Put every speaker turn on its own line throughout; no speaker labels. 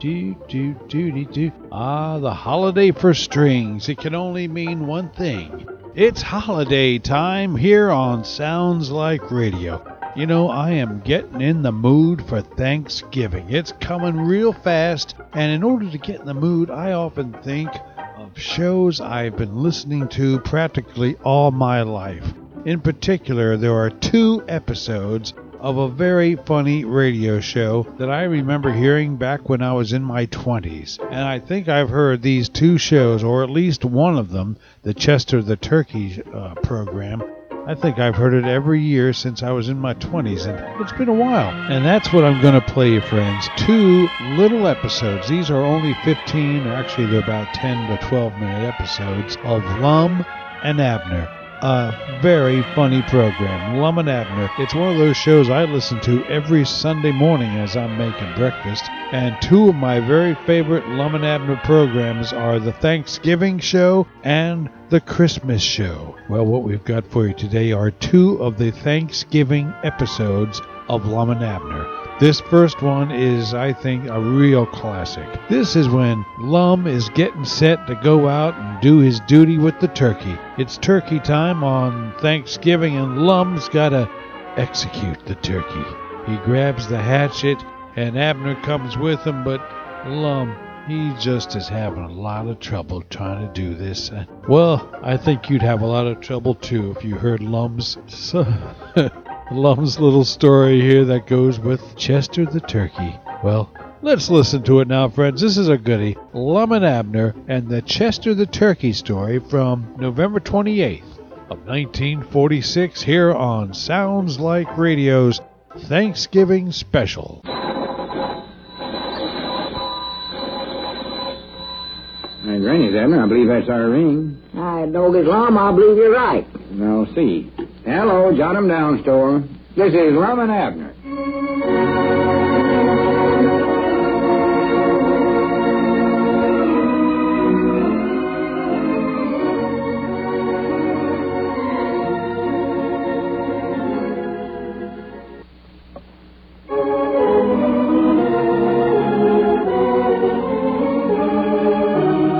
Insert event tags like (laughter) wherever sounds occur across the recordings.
do, do, do, do. Ah, the holiday for strings. It can only mean one thing. It's holiday time here on Sounds Like Radio. You know, I am getting in the mood for Thanksgiving. It's coming real fast, and in order to get in the mood, I often think of shows I've been listening to practically all my life. In particular, there are two episodes of a very funny radio show that I remember hearing back when I was in my 20s. And I think I've heard these two shows, or at least one of them, the Chester the Turkey uh, program. I think I've heard it every year since I was in my 20s, and it's been a while. And that's what I'm going to play you, friends. Two little episodes. These are only 15, or actually, they're about 10 to 12 minute episodes of Lum and Abner a very funny program, Lum and Abner. It's one of those shows I listen to every Sunday morning as I'm making breakfast. And two of my very favorite Lum and Abner programs are the Thanksgiving show and the Christmas show. Well, what we've got for you today are two of the Thanksgiving episodes of Lum and Abner. This first one is, I think, a real classic. This is when Lum is getting set to go out and do his duty with the turkey. It's turkey time on Thanksgiving, and Lum's gotta execute the turkey. He grabs the hatchet, and Abner comes with him, but Lum, he just is having a lot of trouble trying to do this. Well, I think you'd have a lot of trouble too if you heard Lum's. (laughs) Lum's little story here that goes with Chester the Turkey. Well, let's listen to it now, friends. This is a goodie. Lum and Abner and the Chester the Turkey story from November 28th of 1946 here on Sounds Like Radio's Thanksgiving Special.
Hey, Granny's Abner, I believe that's our ring.
I dog is Lum, Ah, I believe you're right.
Now, see. Hello, jot 'em down, store. This is Lum and Abner.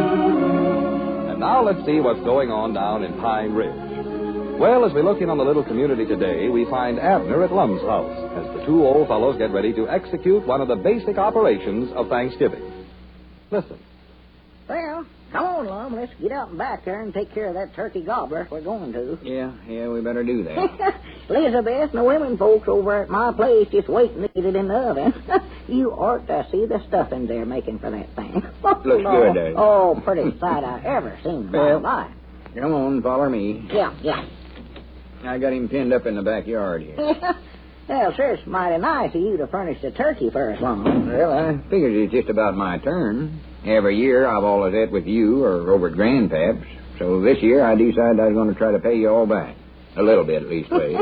And now let's see what's going on down in Pine Ridge. Well, as we look in on the little community today, we find Abner at Lum's house as the two old fellows get ready to execute one of the basic operations of Thanksgiving. Listen.
Well, come on, Lum. Let's get out and back there and take care of that turkey gobbler if we're going to. (laughs)
Yeah, yeah, we better do that.
Elizabeth and the women folks over at my place just waiting to get it in the oven. (laughs) you ought to see the stuffing they're making for that thing. (laughs) Looks
good,
oh,
doesn't it?
Oh, pretty sight I ever seen in my
Well.
life.
Come on, follow me.
Yeah, yeah. (laughs)
I got him pinned up in the backyard here.
well, sure, it's mighty nice of you to furnish the turkey for us, Lum.
Well, I figured it's just about my turn. Every year I've always ate with you or over at Grandpap's. So this year I decided I was going to try to pay you all back. A little bit, leastways.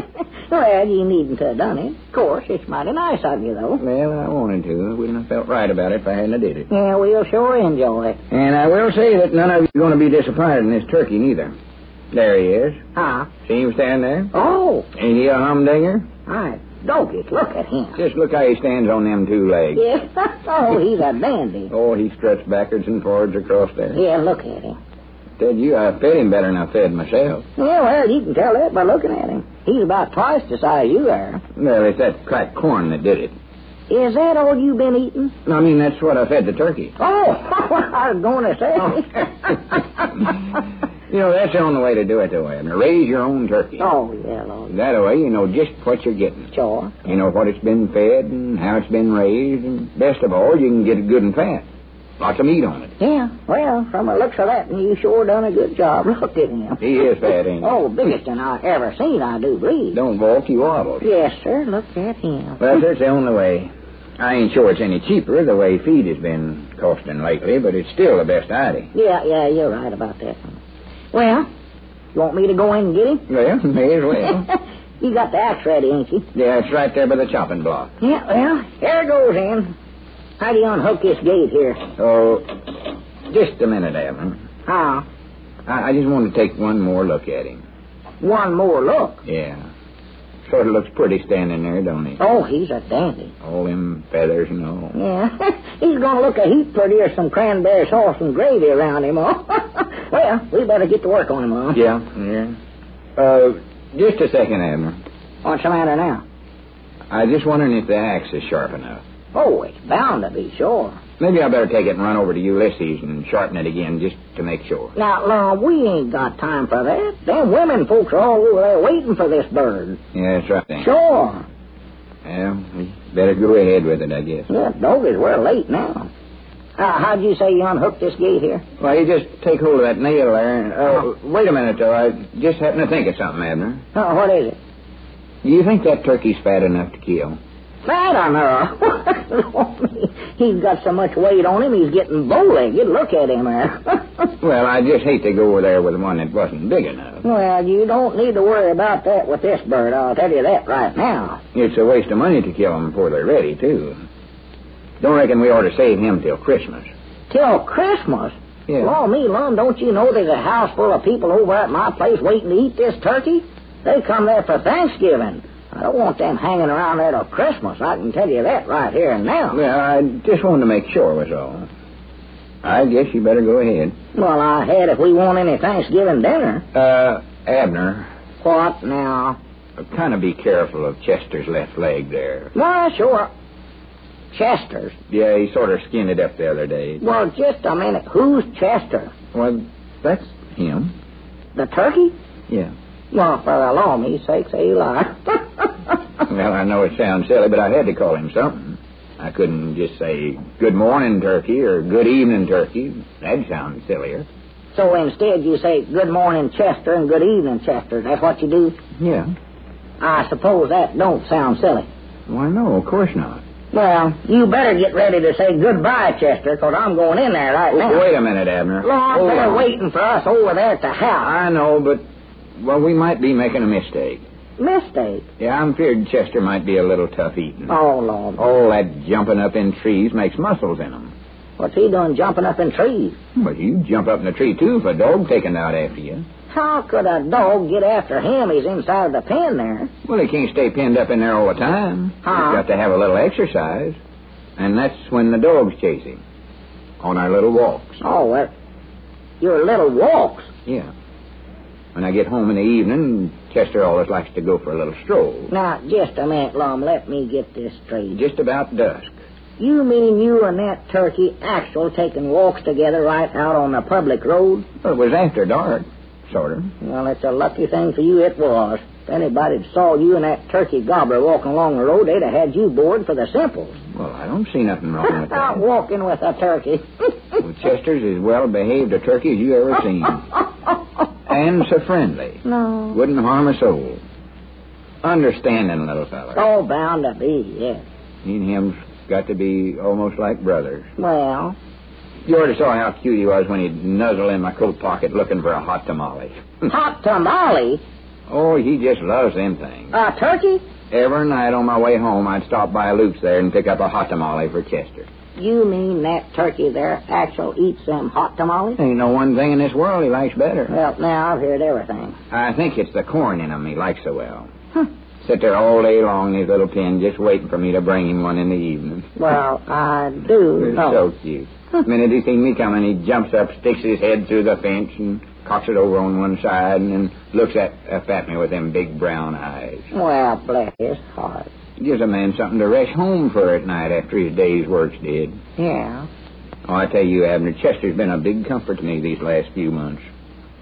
(laughs) well, you needn't to have done it. Of course, it's mighty nice of you, though.
well, I wanted to. I wouldn't have felt right about it if I hadn't did it.
Yeah, we'll sure enjoy it.
And I will say that none of you are going to be disappointed in this turkey, neither. There he is.
Huh?
See him stand there?
Oh,
Ain't he a humdinger?
I dog it. Look at him.
Just look how he stands on them two legs.
Yeah. (laughs) oh, he's a dandy.
Oh, he struts backwards and forwards across there.
Yeah, look at him.
Said you, I fed him better than I fed myself.
Yeah, well, you can tell that by looking at him. He's about twice the size you are.
Well, it's that cracked corn that did it.
Is that all you've been eating?
I mean, that's what I fed the
(laughs)
turkey.
Oh, I was going to say.
You know, that's the only way to do it, though, Abner. Raise your own turkey.
(laughs) oh, yeah, Lord.
That way, you know just what you're getting.
Sure.
You know what it's been fed and how it's been raised, and best of all, you can get it good and fat. Lots of meat on it.
Yeah, well, from the looks of that, you sure done a good job. Look at him.
He is fat, ain't he?
Oh, biggest one I ever seen, I do believe.
Don't balk, you wobble.
Yes, sir. Look at him.
Well, that's the only way. I ain't sure it's any cheaper the way feed has been costing lately, but it's still the best idea.
Yeah, yeah, you're right about that. Well, you want me to go in and get him?
Well, may as
(laughs)
well.
you got the axe ready, ain't you?
yeah, it's right there by the chopping block.
Yeah, well, here goes in. How do you unhook this gate here?
Oh, just a minute, Abner.
How?
I, I just want to take one more look at him.
One more look.
Yeah. Sort of looks pretty standing there, don't he?
Oh, he's a dandy.
All them feathers and all.
Yeah, (laughs) he's going to look a heap prettier some cranberry sauce and gravy around him. Oh, (laughs) well, we better get to work on him, huh?
Yeah, yeah. Uh, just a second, Abner.
What's the matter now?
I was just wondering if the axe is sharp enough.
Oh, it's bound to be, sure.
Maybe I better take it and run over to Ulysses and sharpen it again just to make sure.
Now, Law, we ain't got time for that. Them women folks are all over there waiting for this bird.
Yeah, that's right. then.
Sure.
Well, we better go ahead with it, I guess.
Yeah, doggies, we're late now. Uh, how'd you say you unhooked this gate here?
Well, you just take hold of that nail there. And, uh, wait a minute, though. I just happened to think of something, Abner.
Oh, what is it?
Do you think that turkey's fat enough to kill?
Fat on (laughs) her. he's got so much weight on him, he's getting bowlegged. Look at him there.
Well, I just hate to go over there with one that wasn't big enough.
(laughs) well, you don't need to worry about that with this bird. I'll tell you that right now.
It's a waste of money to kill 'em before they're ready, too. Don't reckon we ought to save him till Christmas.
Till Christmas.
Yeah.
Law me, Lum, don't you know there's a house full of people over at my place waiting to eat this turkey? They come there for Thanksgiving. I don't want them hanging around there till Christmas. I can tell you that right here and now.
Well, I just wanted to make sure was all. I guess you better go ahead.
Well, I had if we want any Thanksgiving dinner.
Uh, Abner,
What now?
kind of be careful of Chester's left leg there.
Why, sure. Chester's.
Yeah, he sort of skinned it up the other day.
Well, just a minute. Who's Chester?
Well, that's him.
The turkey?
Yeah.
Well, for the law me sakes, Eli. (laughs)
Well, I know it sounds silly, but I had to call him something. I couldn't just say good morning, turkey, or good evening, turkey. That'd sound sillier.
so instead you say good morning, Chester, and good evening, Chester. That's what you do?
Yeah.
I suppose that don't sound silly.
Why, no, of course not.
Well, you better get ready to say goodbye, Chester, because I'm going in there right now.
Wait a minute, Abner.
Oh, Lord,
Hold
they're
on.
waiting for us over there at the house.
I know, but, well, we might be making a mistake.
Mistake.
Yeah, I'm feared Chester might be a little tough eating.
Oh, Lord.
All that jumping up in trees makes muscles in 'em.
What's he doing jumping up in trees?
But you jump up in a tree, too, if a dog taken out after you.
How could a dog get after him? He's inside the pen there.
Well, he can't stay pinned up in there all the time.
Huh?
He's got to have a little exercise. And that's when the dogs chase him. On our little walks.
Oh, well, your little walks.
Yeah. When I get home in the evening, Chester always likes to go for a little stroll.
Now, just a minute, Lum. Let me get this straight.
Just about dusk.
You mean you and that turkey actual taking walks together right out on the public road?
Well, it was after dark, sort of.
Well, it's a lucky thing for you it was. If anybody saw you and that turkey gobbler walking along the road, they'd have had you bored for the simples.
Well, I don't see nothing wrong with (laughs)
Out
that.
walking with a turkey.
Well, Chester's as well behaved a turkey as you ever (laughs) seen. and so friendly.
no.
Wouldn't harm a soul. Understanding little fella.
Oh, bound to be, yes.
He and him's got to be almost like brothers.
Well,
You already saw how cute he was when he'd nuzzle in my coat pocket looking for a hot tamale.
hot tamale?
oh, he just loves them things.
A turkey?
Every night on my way home, I'd stop by Luke's there and pick up a hot tamale for Chester.
You mean that turkey there actual eats them hot tamales?
Ain't no one thing in this world he likes better.
Well, now I've heard everything.
I think it's the corn in him he likes so well.
Huh.
Sit there all day long in his little pen just waiting for me to bring him one in the evening.
Well, I do
He's
know.
so cute. The minute he seen me coming, he jumps up, sticks his head through the fence, and cocks it over on one side, and then looks at up at me with them big brown eyes.
Well, bless his heart.
Gives a man something to rush home for at night after his day's work's did.
Yeah.
Oh, I tell you, Abner, Chester's been a big comfort to me these last few months.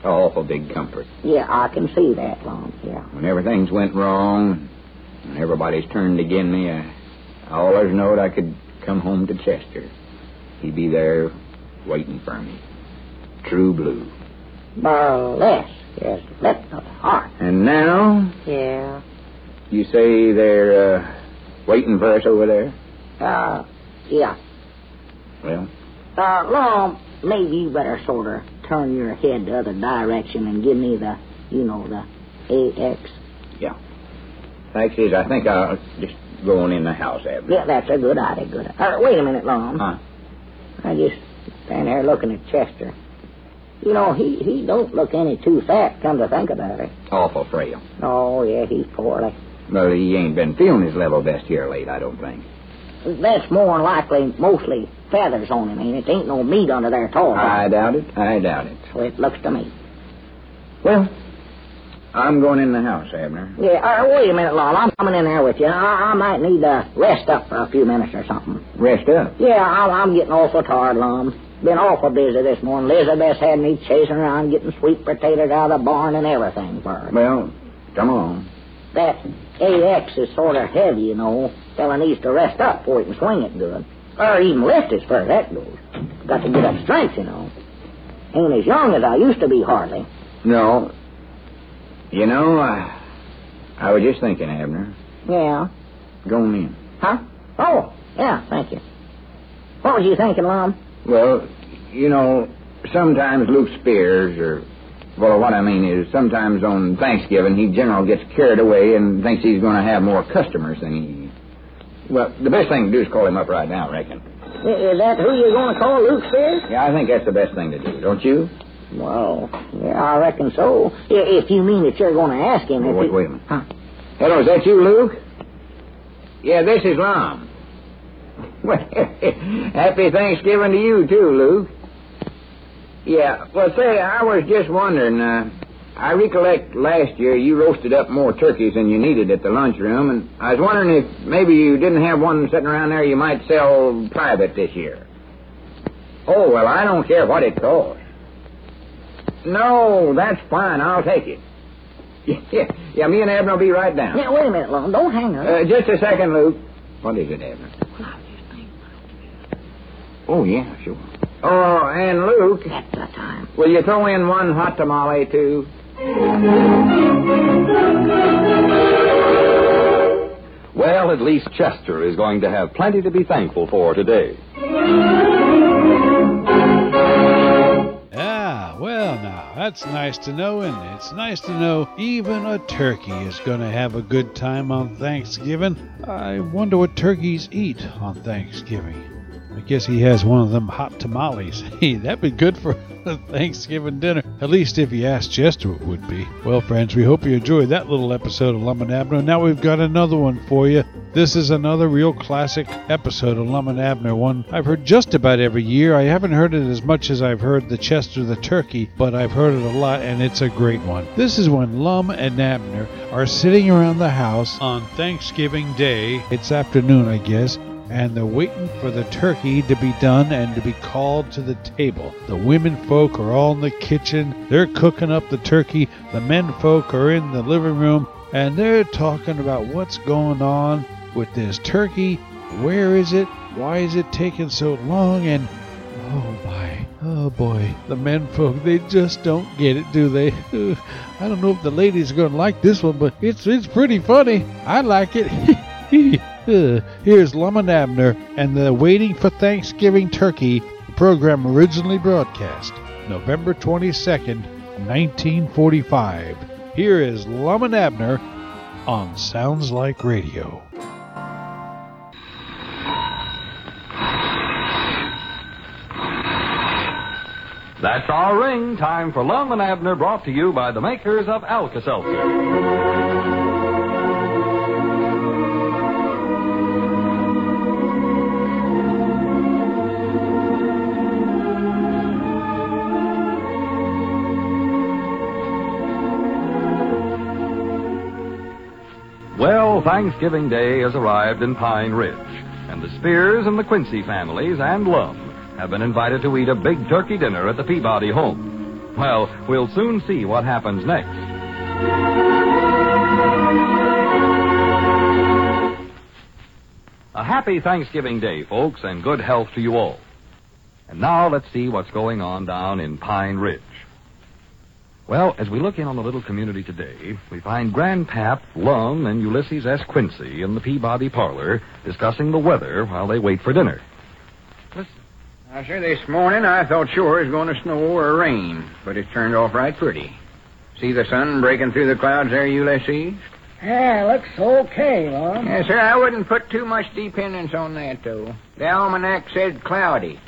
A awful big comfort.
Yeah, I can see that, Long. Yeah.
When everything's went wrong, and everybody's turned again me, I, I always knowed I could come home to Chester. He'd be there waiting for me. True blue.
Burlesque is lit of heart.
And now,
Yeah.
you say they're uh, waiting for us over there?
Uh, yeah.
Well,
Uh, Long, maybe you better sort of turn your head the other direction and give me the, you know, the AX.
yeah. Fact is, I think I'll just go on in the house, Abner.
Yeah, that's a good idea, good idea. Uh, wait a minute, Long.
Huh?
I just stand there looking at Chester. You know, he, he don't look any too fat, come to think about it.
Awful frail.
Oh, yeah, he's poorly.
Well, he ain't been feeling his level best here late, I don't think.
That's more than likely mostly feathers on him, ain't it? Ain't no meat under there at all.
I doubt it. I doubt it.
So it looks to me.
Well, I'm going in the house, Abner.
Yeah, uh, wait a minute, Lon. I'm coming in there with you. I, I might need to rest up for a few minutes or something.
Rest up.
Yeah, I'm, I'm getting awful tired, Lon. Been awful busy this morning. Elizabeth had me chasing around getting sweet potatoes out of the barn and everything for her.
Well, come along.
That AX is sort of heavy, you know. Fella needs to rest up before he can swing it good. Or even lift as far as that goes. Got to get up strength, you know. Ain't as young as I used to be, hardly.
No. You know, I, I was just thinking, Abner.
Yeah.
Go on in.
Huh? Oh, yeah, thank you. What was you thinking, Lon?
Well, you know, sometimes Luke Spears, or well, what I mean is, sometimes on Thanksgiving he general gets carried away and thinks he's going to have more customers than he. Well, the best thing to do is call him up right now, I reckon.
I- Is that who you're going to call Luke Spears?
Yeah, I think that's the best thing to do, don't you?
Well, yeah, I reckon so. I- If you mean that you're going to ask him. if
wait,
he-
wait a minute.
Huh?
Hello, is that you, Luke? Yeah, this is Lom. (laughs) Well, happy Thanksgiving to you too, Luke. Yeah, well, say, I was just wondering. Uh, I recollect last year you roasted up more turkeys than you needed at the lunchroom, and I was wondering if maybe you didn't have one sitting around there you might sell private this year. Oh well, I don't care what it costs. No, that's fine. I'll take it. (laughs) Yeah, yeah. Me and Abner will be right down.
Yeah, wait a minute, Lon. Don't hang up.
Uh, just a second, Luke. What is it, Abner? Oh, yeah, sure. Oh, and Luke,
That's the time.
will you throw in one hot tamale, too?
Well, at least Chester is going to have plenty to be thankful for today.
Ah, well, now, that's nice to know, and it's nice to know even a turkey is going to have a good time on Thanksgiving. I wonder what turkeys eat on Thanksgiving. I guess he has one of them hot tamales. (laughs) Hey, that'd be good for a Thanksgiving dinner. At least if you asked Chester, it would be. Well, friends, we hope you enjoyed that little episode of Lum and Abner. Now we've got another one for you. This is another real classic episode of Lum and Abner, one I've heard just about every year. I haven't heard it as much as I've heard the Chester the Turkey, but I've heard it a lot, and it's a great one. This is when Lum and Abner are sitting around the house on Thanksgiving Day. It's afternoon, I guess and they're waiting for the turkey to be done and to be called to the table. The women folk are all in the kitchen, they're cooking up the turkey, the men folk are in the living room, and they're talking about what's going on with this turkey, where is it, why is it taking so long, and oh my. Oh boy, the men folk, they just don't get it, do they? (laughs) I don't know if the ladies are going to like this one, but it's it's pretty funny. I like it. (laughs) Ugh. Here's Lumen Abner and the Waiting for Thanksgiving Turkey program originally broadcast November 22nd, 1945. Here is Lumen Abner on Sounds Like Radio.
That's our ring. Time for Lum and Abner, brought to you by the makers of Alka Seltzer. Well, Thanksgiving Day has arrived in Pine Ridge, and the Spears and the Quincy families and Lum have been invited to eat a big turkey dinner at the Peabody home. Well, we'll soon see what happens next. A happy Thanksgiving Day, folks, and good health to you all. And now let's see what's going on down in Pine Ridge. Well, as we look in on the little community today, we find Grandpap, Lum, and Ulysses S. Quincy in the Peabody parlor discussing the weather while they wait for dinner.
Now, sir, this morning I thought sure it was going to snow or rain, but it turned off right pretty. See the sun breaking through the clouds there, Ulysses?
Yeah, looks okay, Lon.
Yes, sir, I wouldn't put too much dependence on that, though. The almanac said cloudy.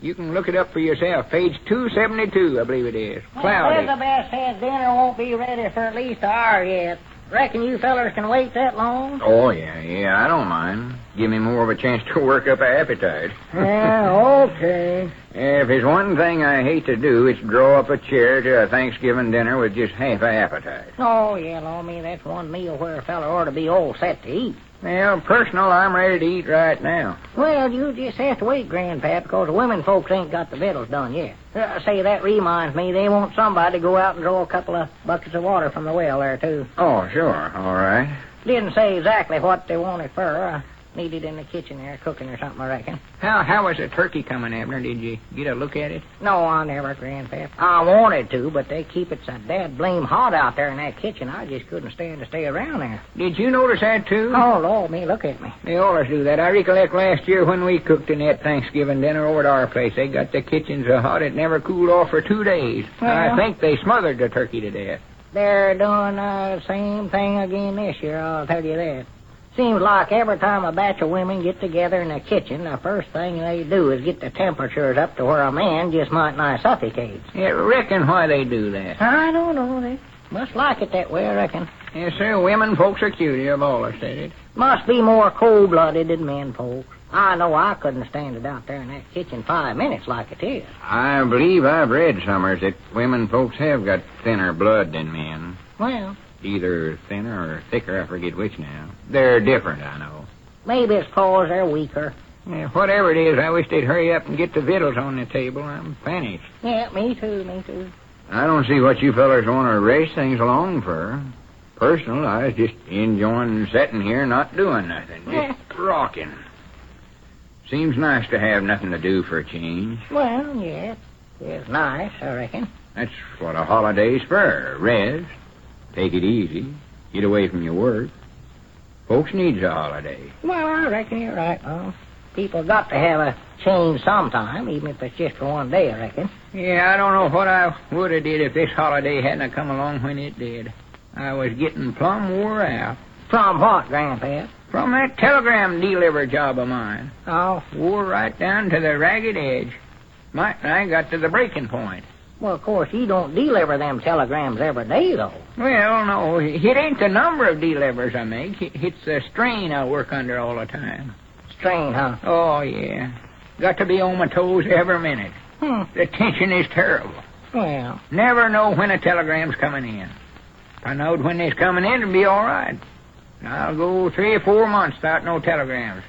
You can look it up for yourself. Page 272, I believe it is. Cloudy.
Elizabeth says dinner won't be ready for at least an hour yet. Reckon you fellers can wait that long?
Oh, yeah, yeah, I don't mind. Give me more of a chance to work up an appetite.
(laughs) yeah, okay.
If there's one thing I hate to do, it's draw up a chair to a Thanksgiving dinner with just half an appetite.
Oh, yeah, Lomi, that's one meal where a feller ought to be all set to eat.
Well, personal, I'm ready to eat right now.
Well, you just have to wait, Grandpap, because the women folks ain't got the victuals done yet. Uh, say, that reminds me, they want somebody to go out and draw a couple of buckets of water from the well there, too.
Oh, sure, all right.
Didn't say exactly what they wanted for. Uh, needed in the kitchen there, cooking or something, I reckon.
How how was the turkey coming, Abner? Did you get a look at it?
No, I never, Grandpap. I wanted to, but they keep it so dad blame hot out there in that kitchen. I just couldn't stand to stay around there.
Did you notice that too?
Oh, Lord, me, look at me.
They always do that. I recollect last year when we cooked in that Thanksgiving dinner over at our place. They got the kitchen so hot it never cooled off for two days.
Well.
I think they smothered the turkey to death.
They're doing the same thing again this year, I'll tell you that. Seems like every time a batch of women get together in the kitchen, the first thing they do is get the temperatures up to where a man just might nigh suffocates.
Yeah, reckon why they do that.
I don't know. They must like it that way, I reckon.
Yes, sir. Women folks are cuter. I've always said it.
Must be more cold blooded than men folks. I know I couldn't stand it out there in that kitchen five minutes like it is.
I believe I've read somewhere that women folks have got thinner blood than men.
Well,
Either thinner or thicker, I forget which now. They're different, I know.
maybe it's cause they're weaker.
Yeah, whatever it is, I wish they'd hurry up and get the victuals on the table. I'm famished.
Yeah, me too, me too.
I don't see what you fellers want to race things along for. Personal, I was just enjoying sitting here not doing nothing. Just rocking. Seems nice to have nothing to do for a change.
Well, yeah, it's nice, I reckon.
That's what a holiday's for. Rest. Take it easy. Get away from your work. Folks needs a holiday.
Well, I reckon you're right, Mom. People got to have a change sometime, even if it's just for one day, I reckon.
Yeah, I don't know what I would have did if this holiday hadn't have come along when it did. I was getting plumb wore out
From what, Grandpap?
from that telegram deliver job of mine.
Oh,
Wore right down to the ragged edge. Mike and I got to the breaking point.
well, of course, you don't deliver them telegrams every day, though.
Well, no, it ain't the number of delivers I make. It- It's the strain I work under all the time.
Strain, huh?
Oh, yeah. Got to be on my toes every minute.
Hmm.
The tension is terrible.
Well,
Never know when a telegram's coming in. If I knowed when it's coming in, it'd be all right. And I'll go three or four months without no telegrams.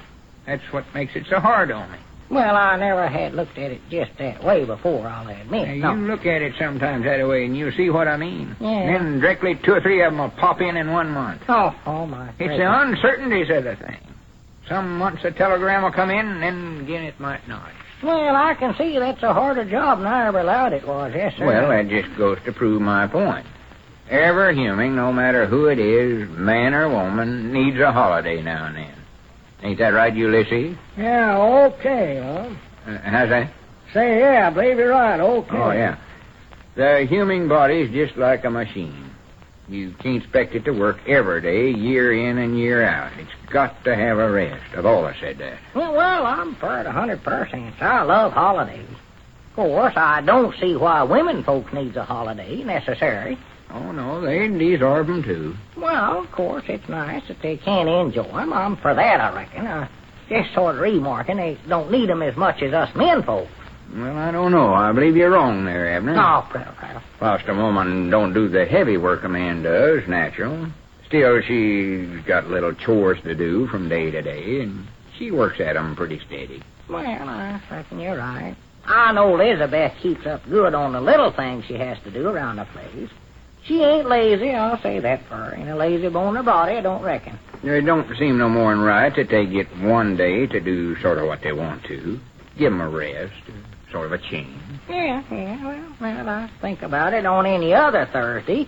That's what makes it so hard on me.
well, I never had looked at it just that way before, I'll
Now,
admit.
you
No.
look at it sometimes that way, and you'll see what I mean.
Yeah.
Then directly two or three of them will pop in in one month.
Oh, oh, my.
It's
gracious.
the uncertainties of the thing. Some months a telegram will come in, and then again it might not.
Well, I can see that's a harder job than I ever allowed it was, yes, sir.
Well, that just goes to prove my point. Every human, no matter who it is, man or woman, needs a holiday now and then. Ain't that right, Ulysses?
Yeah, okay, huh?
Uh, how's that?
Say, yeah, I believe you're right, okay.
Oh, yeah. The human body is just like a machine. You can't expect it to work every day, year in and year out. It's got to have a rest. I've always said that.
Well, well, I'm for it a hundred percent. I love holidays. Of course, I don't see why women folks needs a holiday necessary.
Oh, no, they deserve 'em, too.
Well, of course, it's nice that they can enjoy 'em. I'm for that, I reckon. I just sort of remarking they don't need 'em as much as us men folks.
Well, I don't know. I believe you're wrong there, Abner.
Oh, well, well.
Whilst a woman don't do the heavy work a man does, natural. Still, she's got little chores to do from day to day, and she works at 'em pretty steady.
Well, I reckon you're right. I know Elizabeth keeps up good on the little things she has to do around the place. She ain't lazy, I'll say that for her. Ain't a lazy bone in her body, I don't reckon.
It don't seem no more'n right that they get one day to do sort of what they want to. Give 'em a rest, sort of a change.
Yeah, yeah, well, well, I think about it on any other Thursday,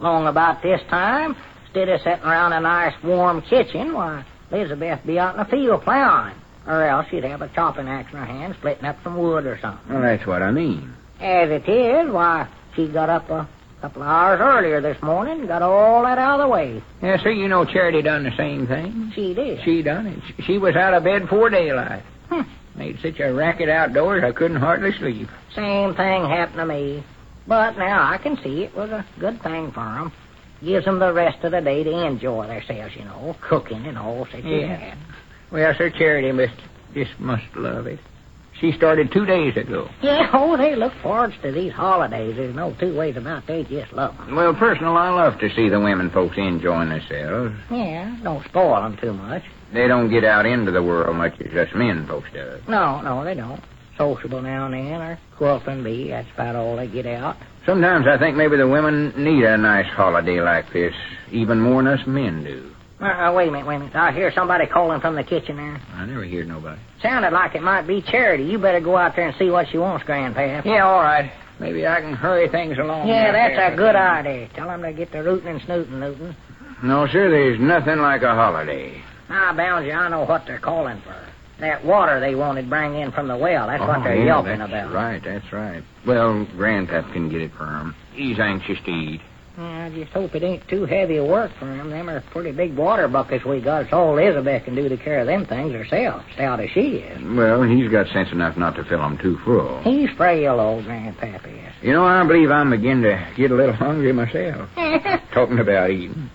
long about this time, instead of sitting around a nice warm kitchen, why, Elizabeth be out in the field plowing. Or else she'd have a chopping axe in her hand, splitting up some wood or something.
Well, that's what I mean.
As it is, why, she got up a couple of hours earlier this morning and got all that out of the way.
Yeah, sir, you know Charity done the same thing.
She did.
She done it. She- She was out of bed before daylight.
Hmm.
Made such a racket outdoors I couldn't hardly sleep.
Same thing happened to me. But now I can see it was a good thing for 'em. Gives 'em the rest of the day to enjoy themselves, you know, cooking and all such
Yeah. Well, Sir Charity must just must love it. She started two days ago.
Yeah, oh, they look forward to these holidays. There's no two ways about they just love 'em.
Well, personal, I love to see the women folks enjoying themselves.
Yeah, don't spoil 'em too much.
They don't get out into the world much as us men folks do.
No, no, they don't. Sociable now and then, or quilting bee, that's about all they get out.
Sometimes I think maybe the women need a nice holiday like this, even more than us men do.
Uh, uh, wait a minute, wait a minute. I hear somebody calling from the kitchen there.
I never hear nobody.
Sounded like it might be Charity. You better go out there and see what she wants, Grandpa.
Yeah, all right. Maybe I can hurry things along.
Yeah,
out there
that's a
for
good
them.
idea. Tell 'em to get to rootin' and snootin', Newton.
No, sir, there's nothing like a holiday.
I bound you, I know what they're calling for. That water they wanted bring in from the well, that's what
Oh,
they're
yeah,
yelping
that's
about.
Right, that's right. Well, Grandpap can get it for him. He's anxious to eat.
Yeah, I just hope it ain't too heavy a work for 'em. Them are pretty big water buckets we got. It's all Elizabeth can do to carry them things herself, stout as she is.
Well, he's got sense enough not to fill 'em too full.
He's frail, old Grandpappy is.
You know, I believe I'm beginning to get a little hungry myself. Talking about eating.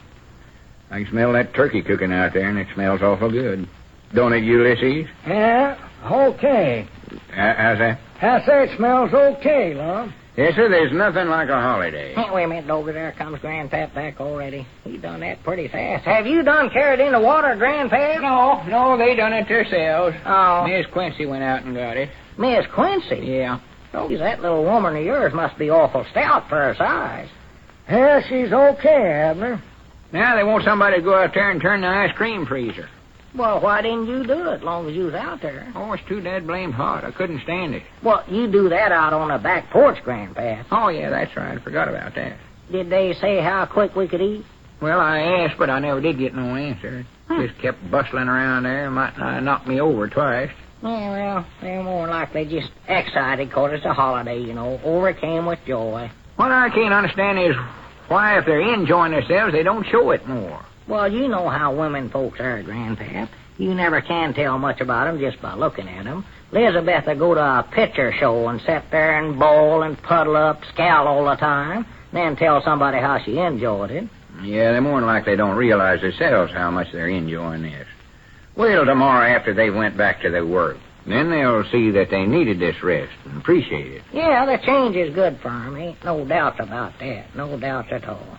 I can smell that turkey cooking out there, and it smells awful good. Don't it, Ulysses?
Yeah, okay.
Uh, how's that?
I say it smells okay, Lum.
Yes, sir, there's nothing like a holiday.
Hey, wait a minute, Dover. There comes Grandpap back already. He done that pretty fast. Have you done carried in the water, Grandpap?
No, no, they done it themselves.
Oh,
Miss Quincy went out and got it.
Miss Quincy.
Yeah.
Oh, that little woman of yours must be awful stout for her size. Yeah, she's okay, Abner.
Now they want somebody to go out there and turn the ice cream freezer.
Well, why didn't you do it long as you was out there?
Oh, it's too dead blamed hot. I couldn't stand it.
Well, you do that out on the back porch, Grandpa.
Oh, yeah, that's right. I forgot about that.
Did they say how quick we could eat?
Well, I asked, but I never did get no answer.
Hmm.
Just kept bustling around there. Might uh, knock me over twice.
Yeah, well, they're more likely just excited 'cause it's a holiday, you know, overcame with joy.
What I can't understand is why, if they're enjoying themselves, they don't show it more.
Well, you know how women folks are, Grandpap. You never can tell much about 'em just by looking at 'em. Elizabeth will go to a picture show and sit there and bawl and puddle up, scowl all the time, then tell somebody how she enjoyed it.
Yeah, they're more than likely don't realize themselves how much they're enjoying this. Wait till tomorrow after they went back to their work. Then they'll see that they needed this rest and appreciate it.
Yeah, the change is good for 'em. Ain't no doubts about that. No doubts at all.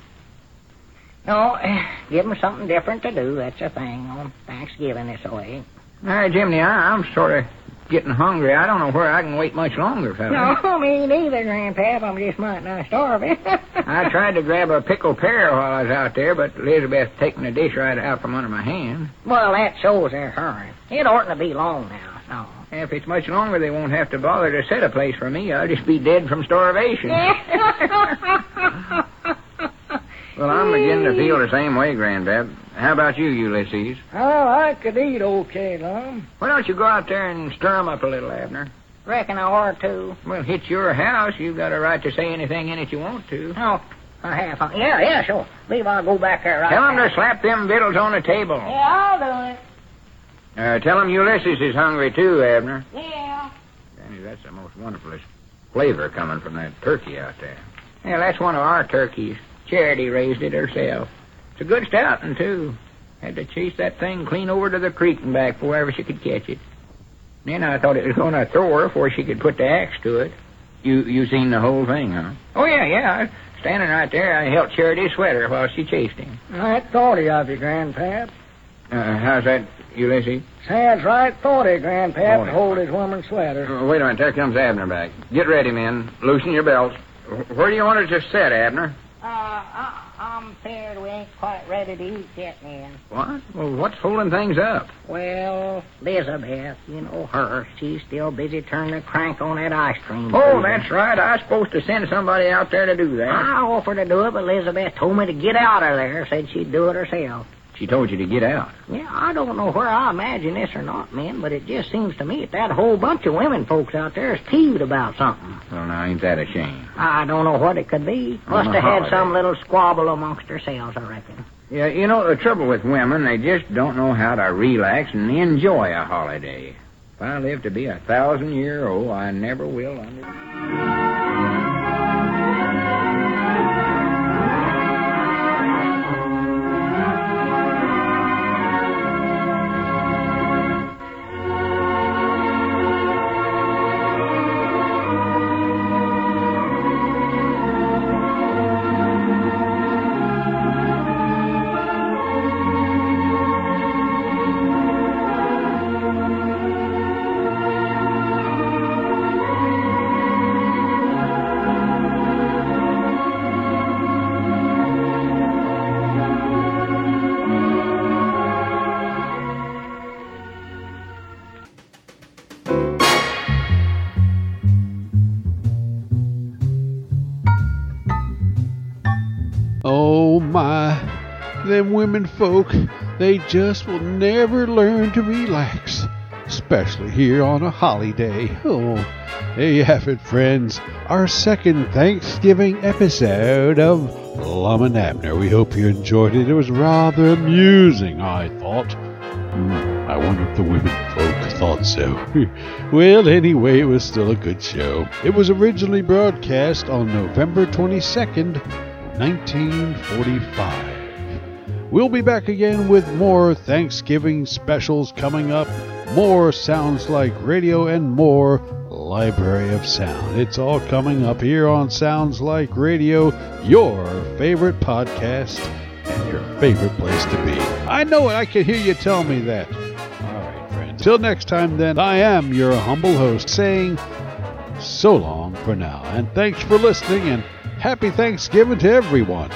No, (sighs) give 'em something different to do. That's a thing on Thanksgiving this way.
Now, Jimmy, I, I'm sort of getting hungry. I don't know where I can wait much longer, fella.
No, (laughs) me neither, Grandpap. I'm just might not (laughs) starving.
I tried to grab a pickled pear while I was out there, but Elizabeth taken the dish right out from under my hand.
Well, that shows they're hurrying. It oughtn't to be long now.
(laughs)
No.
If it's much longer, they won't have to bother to set a place for me. I'll just be dead from starvation.
Well, I'm beginning to feel the same way, Grandad. How about you, Ulysses?
well, Oh, I could eat okay, Lum.
Why don't you go out there and stir 'em up a little, Abner?
Reckon I ought to.
Well, it's your house. You've got a right to say anything in it you want to.
No, I have. huh? Yeah, yeah, sure. Leave. I'll go back there Oh, right
Tell 'em
now.
to slap them victuals on the table.
Yeah, I'll do it.
Uh, tell him Ulysses is hungry, too, Abner.
Yeah.
Danny, that's the most wonderfulest flavor coming from that turkey out there.
Yeah, that's one of our turkeys. Charity raised it herself. It's a good stouting, too. Had to chase that thing clean over to the creek and back before ever she could catch it. Then I thought it was going to throw her before she could put the axe to it.
You you seen the whole thing, huh?
Oh, yeah, yeah. Standing right there, I held Charity's sweater while she chased him.
Right thoughty of you, Grandpap.
Uh, how's that, Ulysses?
Sounds right thoughty, Grandpap,
to hold
his woman's sweater.
Uh, wait a minute, there comes Abner back. Get ready, men. Loosen your belts. Wh- Where do you want it to set, Abner?
Uh, I, I'm feared we ain't quite ready to eat yet, man.
What? Well, what's holding things up?
Well, Elizabeth, you know her. She's still busy turning the crank on that ice cream.
Oh,
freezer.
that's right. I was supposed to send somebody out there to do that.
I offered to do it, but Elizabeth told me to get out of there. Said she'd do it herself.
She told you to get out.
Yeah, I don't know where I imagine this or not, men, but it just seems to me that that whole bunch of women folks out there is peeved about something.
Well, now, ain't that a shame?
I don't know what it could be.
On
Must
the
have had
holiday.
some little squabble amongst themselves, I reckon.
Yeah, you know, the trouble with women, they just don't know how to relax and enjoy a holiday. If I live to be a thousand year old, I never will under.
Oh, them women folk, they just will never learn to relax, especially here on a holiday. Oh, there you have it, friends. Our second Thanksgiving episode of Lum and Abner. We hope you enjoyed it. It was rather amusing, I thought. Hmm, I wonder if the women folk thought so. (laughs) well, anyway, it was still a good show. It was originally broadcast on November 22nd, 1945. We'll be back again with more Thanksgiving specials coming up, more Sounds Like Radio, and more Library of Sound. It's all coming up here on Sounds Like Radio, your favorite podcast and your favorite place to be. I know it. I can hear you tell me that. All right, friends. Till next time, then, I am your humble host saying so long for now. And thanks for listening and happy Thanksgiving to everyone.